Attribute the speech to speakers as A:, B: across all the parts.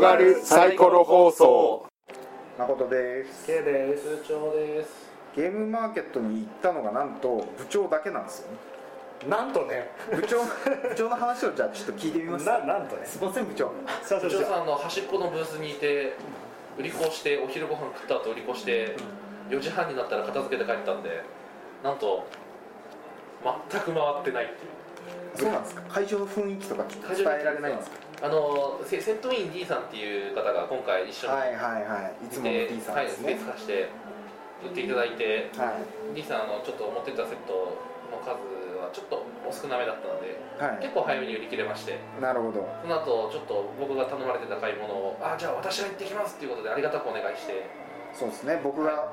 A: がるサイコロ放送
B: 誠です
C: ケイです
D: 通帳です
B: ゲームマーケットに行ったのがなんと部長だけなんですよね
C: なんとね
B: 部長 部長の話をじゃあちょっと聞いてみます
C: ななんとね
B: すいません部長
C: さあそ
D: 通
C: し
D: 帳
C: て
D: さんの端っこのブースにいて売り子をしてお昼ご飯食った後売り子して4時半になったら片付けて帰ったんでなんと全く回ってないっていう
B: そうなんですか会場の雰囲気とか伝えられないんですか
D: あのせ戦闘員 D さんっていう方が今回一緒に
B: はいはいはいいつもの D さん
D: はい
B: で
D: ス
B: す
D: ペ
B: ね
D: ース化して売っていただいて
B: は
D: D さんあのちょっと持ってったセットの数はちょっとお少なめだったので
B: いは
D: 結構早めに売り切れまして
B: いなるほど
D: その後ちょっと僕が頼まれてた買い物をあじゃあ私が行ってきますっていうことでありがたくお願いして
B: そうですね僕が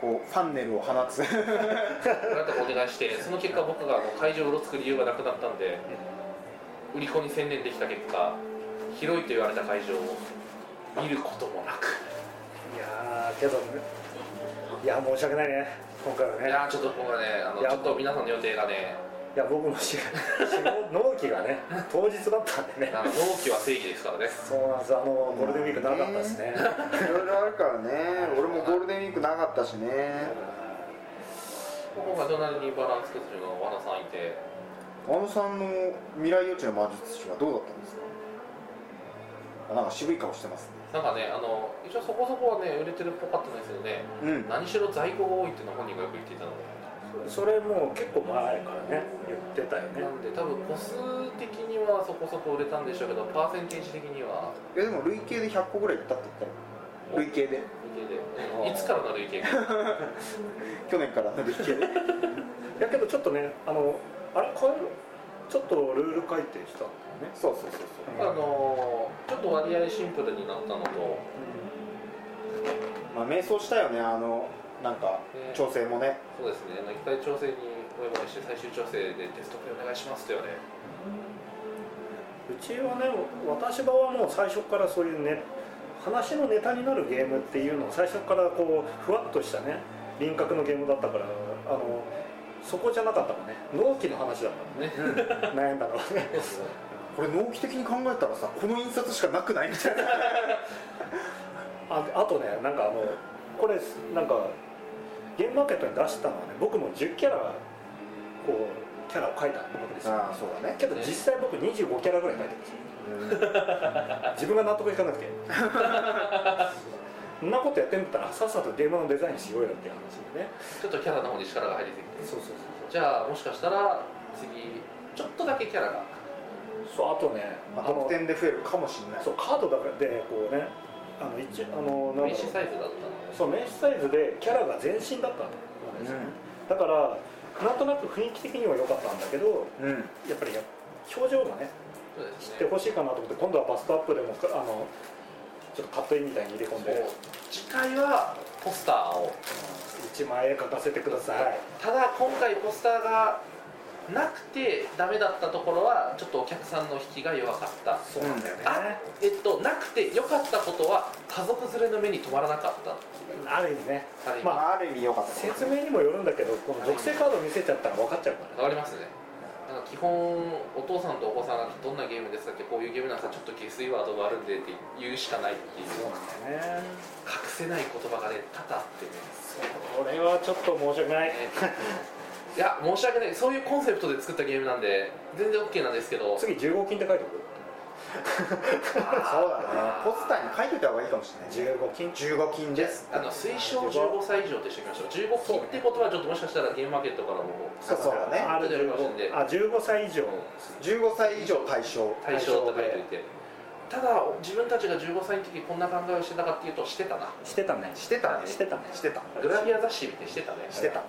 B: こうファンネルを放 つ
D: ありがたくお願いしてその結果僕があの会場をうろつく理由がなくなったんで売り子に専念できた結果広いと言われた会場を見ることもなく
C: いやーけどねいや申し訳ないね今回はいね
D: やーちょっと僕はねあの
C: いや
D: ちょっと皆さんの予定がね
C: いや僕もし仕事納期がね当日だったんでね
D: あの納期は正義ですからね
C: そうなんですあのゴールデンウィーク長かったですね
B: いろいろあるからね俺もゴールデンウィークなかったしね
D: 今回隣にバランス崩れの和田さんいて
B: あのさんの未来予知の魔術師はどうだったんですかあなんか渋い顔してますね
D: なんかねあの一応そこそこはね売れてるっぽかったんですけどね
B: うん
D: 何しろ在庫が多いっていうのは本人がよく言っていたので
C: それもう結構前からね言ってたよね
D: なんで多分個数的にはそこそこ売れたんでしょうけどパーセンテージ的にはい
B: やでも累計で100個ぐらいいったって言ったよ累計で
D: 累計でいつからの累計か
B: 去年からの累計で
C: いやけどちょっとねあのあれ変えるちょっとルール改定した
B: そうそうそうそう
D: あのーちょっと割合シンプルになったのと
B: まあ迷走したよねあのなんか
D: ね
B: 調整もね
D: そうですね液体調整にお呼ばれして最終調整でテストプレイお願いしますと言われ
C: うちはね私場はもう最初からそういうね話のネタになるゲームっていうのを最初からこうふわっとしたね輪郭のゲームだったからあのそこじゃなかったもんね納期の話だった
D: ね
C: もんね悩んだのはね
B: これ納期的に考えたらさこの印刷しかなくないみたいな
C: ああとねなんかあのこれなんかゲームマーケットに出したのはね僕も10キャラこうキャラを描いたわけですよ
B: ああそうだね
C: けど実際僕25キャラぐらい描いてるんですよ自分が納得いかなくて そんなことやってんだったらさっさとゲームのデザインしようよっていう話でね
D: ちょっとキャラの方に力が入りすぎて
C: そうそう
D: じゃあもしかしたら次ちょっとだけキャラが
C: そうそうあとね
B: まあ
C: あの
B: 得点で増えるかもしれない
C: そうカードだけでこうねあの一あのなんだろう
D: 名刺サイズだったので
C: そう名刺サイズでキャラが全身だったんですよね、だからなんとなく雰囲気的には良かったんだけど
B: うん、うん、
C: やっぱりや表情がね
D: そうで
C: 知
D: す
C: って
D: ね
C: ほしいかなと思って今度はバストアップでもかあのちょっとカットインみたいに入れ込んで、
D: そう次回はポスターを
C: 一1枚絵描かせてください
D: ただ今回ポスターがなくてダメだったところはちょっとお客さんの引きが弱かった
C: そうなんだよね、
D: あえっとなくて良かったことは家族連れの目に留まらなかった
C: ある意味ね
D: ある意味
B: ま
C: ま
B: あある意味良かった
C: 説明にもよるんだけどこの属性カード見せちゃったら分かっちゃうからね
D: わかりますねなんか基本お父さんとお子さんがどんなゲームですかってこういうゲームなんですかちょっと下水ワードがあるんでって言うしかないっていう隠
C: そうなんだよね
D: せない言葉がね多々あってね
C: これはちょっと申し訳ない
D: ねいや申し訳ないそういうコンセプトで作ったゲームなんで全然 OK なんですけど
C: 次15金って書いて
B: そうだねポスターに書いといた方がいいかもしれない
C: おく15金
B: 15金です
D: あの推奨15歳以上としておきましょう15金ってことはちょっともしかしたらゲームマーケットからも
B: あそうだね
C: ある
D: 15
C: 15あ15歳以上
B: 15歳以上対象
D: 対象とか言っていてただ自分たちが15歳の時こんな考えをしてたかっていうとしてたな
C: してたね
B: してたね
C: してたね
B: してた
D: グラビア雑誌見てしてたね
B: してた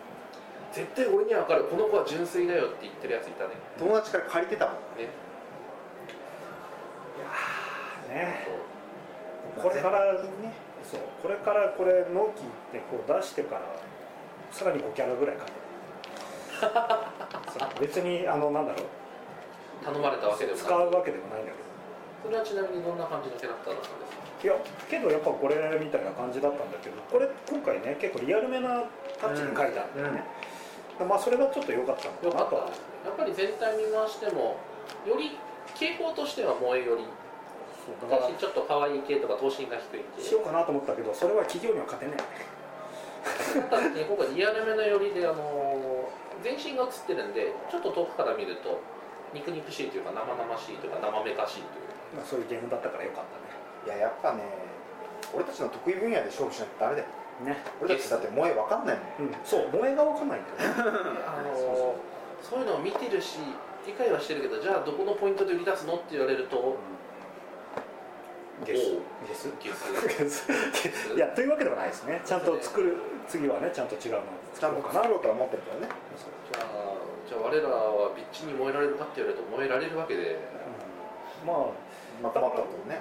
D: 絶対俺には分かるこの子は純粋だよって言ってるやついたね
B: 友達から借りてたもん
D: ね
C: ね
D: そう
C: これから
B: ね
C: そうこれからこれ納期ってこう出してからさらに5キャラぐらい書いて あるそう別にあのなんだろう
D: 頼まれたわけでもな
C: 使う
D: く
C: わけでもないんだけど
D: それはちなみにどんな感じのキャラクターだったんですか
C: いやけどやっぱこれみたいな感じだったんだけどこれ今回ね結構リアルめなタッチに書いてあるんだよね、まあそれがちょっと良かったの
D: よ
C: かな
D: かっ
C: と
D: たですねやっぱり全体見回してもより傾向としては萌えより
C: そうだから
D: 私ちょっと可愛い系とか頭身が低い
C: し
D: 系
C: ようかなと思ったけどそれは企業には勝てね
D: だって僕はリアルめの寄りであのー全身が映ってるんでちょっと遠くから見ると肉肉しいというか生々しいというか生めかしいという
C: え、まあ、そういうゲームだったからよかっ
B: いややっぱね俺たちの得意分野で勝負しないとダメだよ
C: たねね、
B: 俺たちだって萌え分かんないもん
C: うん、そう萌えがわかんないんだよね
D: あのそういうのを見てるし理解はしてるけどじゃあどこのポイントで売り出すのって言われる と
C: ゲス
D: ゲスゲ ス
C: いやというわけではないですねちゃんと作る次はねちゃんと違うのを
B: ちゃ
C: 作
B: んと
C: ろうか
B: 作
C: な
B: ろうとは思ってるからね
C: そう
D: じゃあじゃあ我らはビッチに燃えられるかって言われると燃えられるわけで
C: うんまあ
B: まとまったことね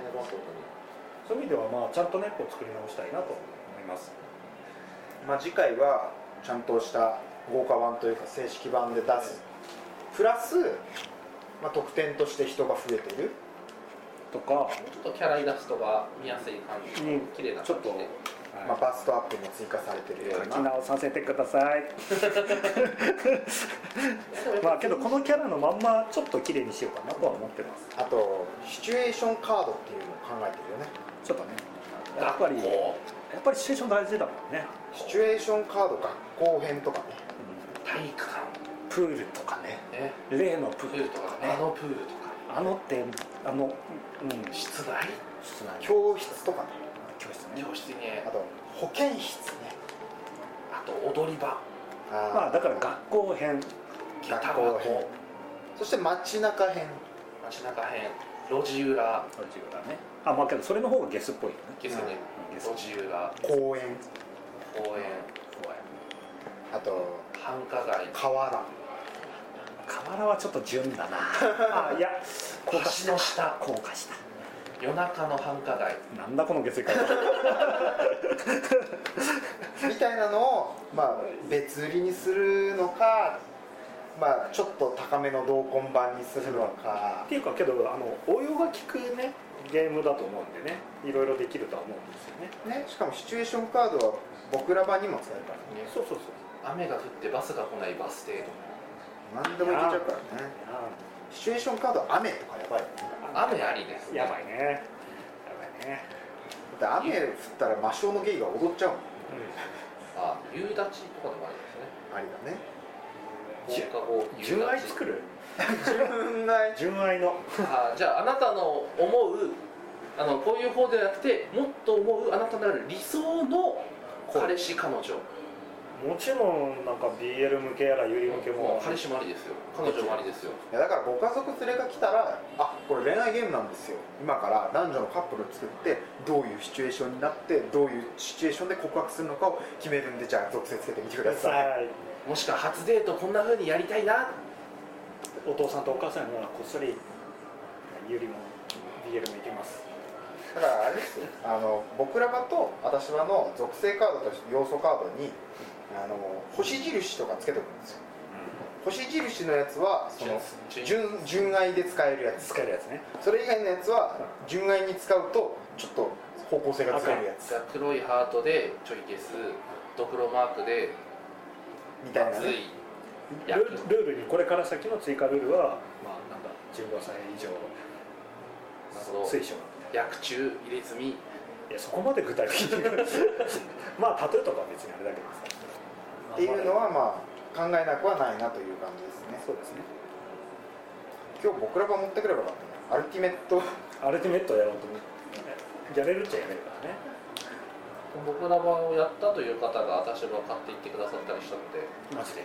C: そういう意味ではまあちゃんとねこう作り直したいなと思います
B: まあ次回はちゃんとした豪華版というか正式版で出すプラス、まあ、特典として人が増えてる
C: とか
D: もうちょっとキャライラストが見やすい感じの、
C: うん
D: 綺麗な
C: ちょ
D: 感
C: っ
D: じ
C: と、
D: で
B: まあ、バストアップも追加されてるよう
C: み
B: な、
C: んなをさせてくださいまあ
D: でもやっぱ
C: けどこのキャラのまんまちょっと綺麗にしようかなとは思ってます
B: あとシチュエーションカードっていうのを考えてるよね
C: ちょっとねやっぱり
D: 学
C: や
D: 校
C: っぱりシチュエーション大事だもんね、
B: シチュエーションカード学校編とかね
D: 体育
C: プールとかね
D: 館ね
C: 例のプー
D: プー
C: ル
D: ルと
C: と
D: か
C: か
D: あ
C: ね
D: のプールとか
C: あのってあのうん
D: 室内
C: 室内教
B: 教室とかね
C: 教室ね
D: 教室にね
B: あと保健室ね
D: あと踊り場
B: あー
C: まあだから学校編
D: ギター
B: 学
D: 箱
B: 校編そして街中編
D: 街中編路地裏
C: そういうことだねあまあけどそれの方がゲスっぽいよね
D: ゲスね
C: うんゲス
D: 路地裏
B: 公園
D: 公園
C: 怖い
B: あと
D: 繁華街
B: 河原
C: 河原はちょっと純だ なあいや高架
D: 橋の下
C: 高架下
D: 夜中の繁華街
C: なんだこの下水管
B: みたいなのを、まあ、別売りにするのか、まあ、ちょっと高めの同梱版にするのか
C: っ、ていうかけどあの応用が利くねゲームだと思うんでねいろいろできるとは思うんですよね
B: ね、しかもシチュエーションカードは僕ら版にも使えるから
D: ね
C: そうそうそう
D: 雨が降ってバスが来ないバス停と
B: 何でもいけちゃうからね
C: い
B: シチュエーションカード雨とかやばいよね
D: か雨ありです
C: ややばいねやばいね、
B: だって雨降ったら魔性のゲイが踊っちゃうもん
D: あ夕立とかでも
B: あ
D: あり
B: りだね
D: ですね放課後夕立
C: 純愛作る
B: 純愛
C: 純愛の
D: あじゃああなたの思うあのこういう方ではなくてもっと思うあなたなる理想の彼氏彼女
C: もちろんなんか BL 向けやらユリ向けも
D: 彼氏もありですよ彼女もありですよ
B: いやだからご家族連れが来たらあこれ恋愛ゲームなんですよ今から男女のカップルを作ってどういうシチュエーションになってどういうシチュエーションで告白するのかを決めるんでじゃあ属性つけてみてください
C: さ
D: もしくは初デートこんな風にやりたいな
C: お父さんとお母さんがこっそりユリも BL もいけます
B: だからあれですよあの僕ら場と私場の属性カードと要素カードにあの星印とかつけておくんですよ、星印のやつはその
D: 純
B: 純純愛で使えるやつ
C: 使えるやつね
B: それ以外のやつは純愛に使うとちょっと方向性がずれるやつ
D: じゃあ黒いハートでちょいゲスドクロマークで
B: みたいな
D: 熱
B: ね
D: い
C: ルールルールにこれから先の追加ルールはまあなんだ15歳以上
D: そう
C: 推奨
D: 薬中入れ墨
C: いやそこまで具体的に まあ例えとかは別にあれだけどさ
B: っていうのはまあ考えなくはないなという感じですね
C: そうですね
B: 今日僕ら場持ってくればよかったねアルティメット
C: アルティメットをやろうと思ってやれるっちゃやれるからね
D: 僕ら場をやったという方が私の場買っていってくださったりしたので
C: マジで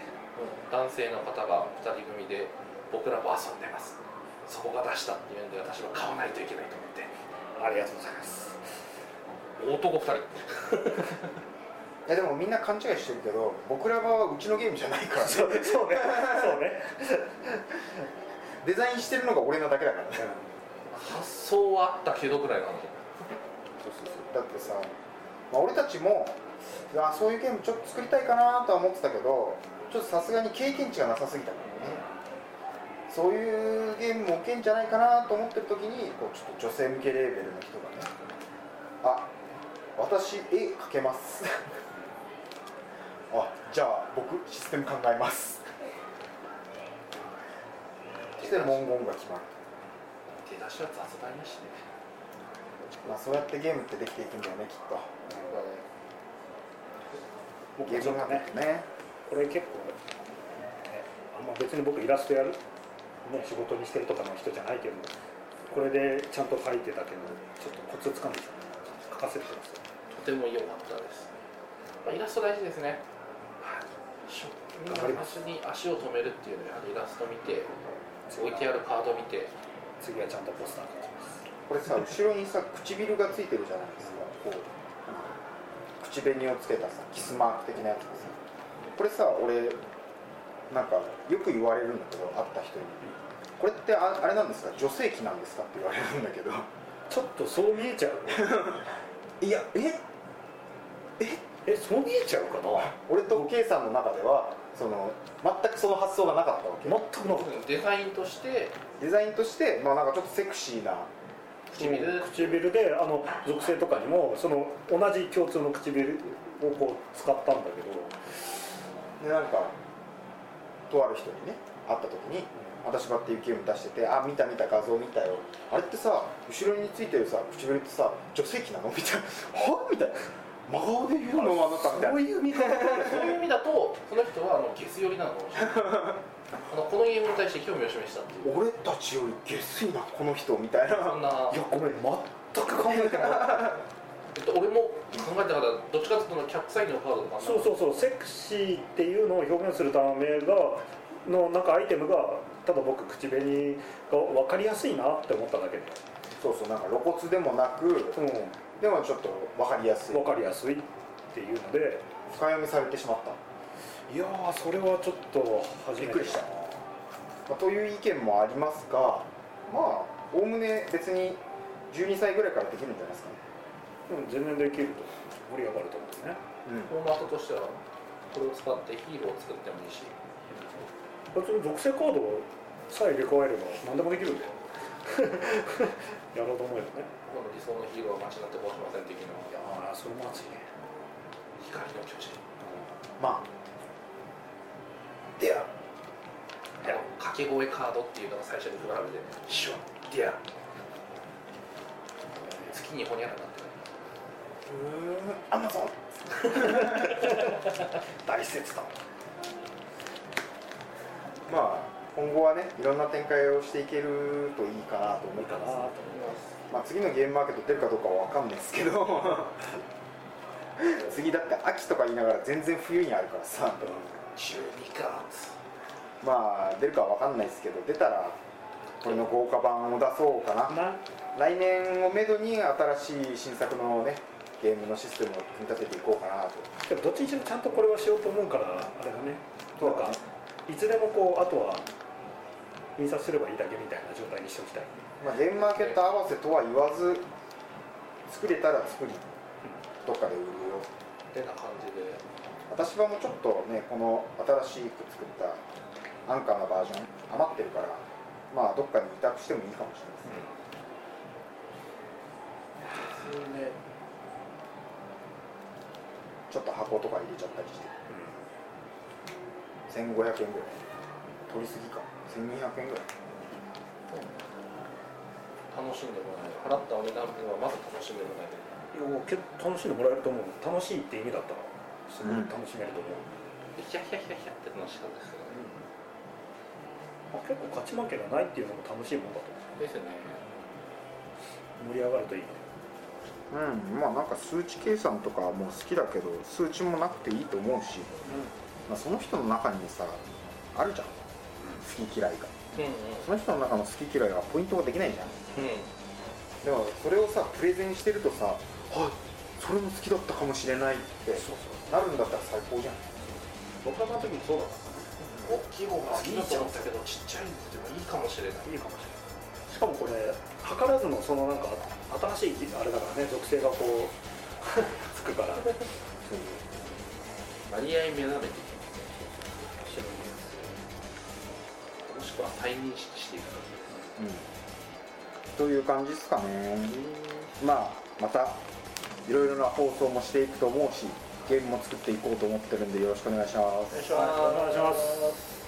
D: 男性の方が2人組で僕らも遊んでますそこが出したっていうんで私は買わないといけないと思って
C: ありがとうございます
D: 男2人
B: いやでもみんな勘違いしてるけど僕ら場はうちのゲームじゃないからね
C: そうそうねそうね
B: デザインしてるのが俺なだけだからね
D: 発想はあったけどくらいなの
B: だってさ、まあ、俺たちもあそういうゲームちょっと作りたいかなとは思ってたけどちょっとさすがに経験値がなさすぎたからねそういうゲームもいけんじゃないかなと思ってる時にこうちょっと女性向けレーベルの人がね「あ私絵描けます」 あ「じゃあ僕システム考えます」そして文言が決まる
D: 出だしは雑談やしね
B: まあ、そうやってゲームってできていくんだよねきっと
C: 僕
B: ゲ
C: ち
B: ー
C: ょ
B: ム
C: っ
B: な
C: と
B: んだ
C: ね
B: よね
C: これ結構、ね、あんま別に僕イラストやる、ね、仕事にしてるとかの人じゃないけどこれでちゃんと書いてたけどちょっとコツつかんできたね書かせてます
D: とても良かったです、まあ、イラスト大事ですねみんな
C: 頑張ります
D: に足を止めるっていうのはイラスト見て置いてあるカード見て
C: 次はちゃんとポスター書きます
B: これさ後ろにさ唇がついてるじゃないですかこう口紅をつけたさキスマーク的なやつですこれさ俺なんかよく言われるんだけど会った人にこれってああれなんですか女性器なんですかって言われるんだけど
C: ちょっとそう見えちゃう
B: いやえ
C: えそう見えちゃうかな
B: 俺と K さんの中ではその全くその発想がなかったわけ
C: 全くなかっ
D: デザインとして
B: デザインとしてまあなんかちょっとセクシーな
C: た
D: 唇
C: うん唇であの属性とかにもその同じ共通の唇をこう使ったんだけど
B: でなんかとある人にね会った時に「私ば」っていうゲーム出してて「あ見た見た画像見たよあれってさ後ろについてるさ唇ってさ女性器なの?」みたいな「はみたいな「真顔で言うのあなた」みたい
C: そう
B: な
C: いう見方
D: そういう意味だとその人はあのゲス寄りなのかもしれないあのこのゲームに対して興味を示したっていう
B: 俺たちより下水なこの人みたいな
D: そんない
C: やごめん全く考えてなかった
D: えっと俺も考えてなかったどっちかっていうとそのキャップサインのカードとかな
C: そうそうそうセクシーっていうのを表現するためがのなんかアイテムがただ僕口紅が分かりやすいなって思っただけで、
B: そうそうなんか露骨でもなく
C: う
B: でもちょっと分かりやす
C: ん、
B: い
C: 分かりやすいっていうので
B: 深読みされてしまった
C: いやーそれはちょっと初めて
B: まあという意見もありますがまあおおむね別に12歳ぐらいからできるんじゃないですかね
C: うん全然できると盛り上がると思うんですね
B: うん
D: フォーマットとしてはこれを使ってヒーローを作ってもいいし
C: 別に属性カードさえ入れ替えれば何でもで きるんだよやろうと思えばね
D: この理想のヒーローは間違ってこうしません的ない
C: やーそれも熱いね
D: 光の巨人
B: まあ、では、
D: あの掛け声カードっていうのが最初に配られてシュワッディア月にほにゃらなってる
B: アマゾン、
C: 大切だ
B: まあ、今後はね、いろんな展開をしていけるといいかなと思
C: い
B: っ
C: い
B: て
C: かな
B: ま
C: と
B: す、
C: 思い
B: まあ、次のゲームマーケット出るかどうかは分かんないですけど、次だって秋とか言いながら、全然冬にあるからさ、
D: 12か
B: まあ、出るかは分かんないですけど、出たら、これの豪華版を出そうか
C: ます
B: な、
C: な
B: 来年をめどに新しい新作のね、ゲームのシステムを組み立てていこうかなと。
C: でもどっちにしろちゃんとこれはしようと思うからあれだね
B: そうん
C: な
B: だね
C: かいつでもこうあとは印刷すればいいだけみたいな状態にしておきたい
B: まあ、ゲームマーケット合わせとは言わず作れたら作りどっかで売るよ
D: てな感じで
B: 私はもうちょっとねこの新しく作ったアンカーのバージョン余ってるからまあどっかに委託してもいいかもしれない
D: 普通
B: で
D: ね
B: すちょっと箱とか入れちゃったりして1500円ぐらい取りすぎか1200円ぐらい
D: 楽しんでもらえる払ったお値段分はまず楽しんでもらえる
C: いや結構楽しんでもらえると思う楽しいって意味だったらすごい楽しめると思う、
D: ヒャヒャヒャヒャって楽しかったですけどね
C: まあ、結構勝ち負けがないっていうのも楽しいもんだと
D: ですね
C: 思う盛り上がるといいね
B: うんまあなんか数値計算とかも好きだけど数値もなくていいと思うし、まあ、その人の中にさあるじゃん好き嫌いが
D: うんうん
B: その人の中の好き嫌いはポイントができないじゃん
D: うん
B: でもそれをさプレゼンしてるとさはいそれも好きだったかもしれないって
C: そうそう
B: なるんだったら最高じゃん
C: 僕はの時もそうだった
D: 大きい方が好きだと思ったけどちっちゃいのでもいいかもしれない
C: いいかもしれないしかもこれ図らずもそのなんか新しいあれだからね属性がこう つくから面白いで
D: 割合目覚めていきます
C: す
D: もしくは再認識していく
B: うんという感じですかねまあまたいろいろな放送もしていくと思うしゲームも作っていこうと思ってるんでよろしくお願いします
D: お願いします
C: お願いします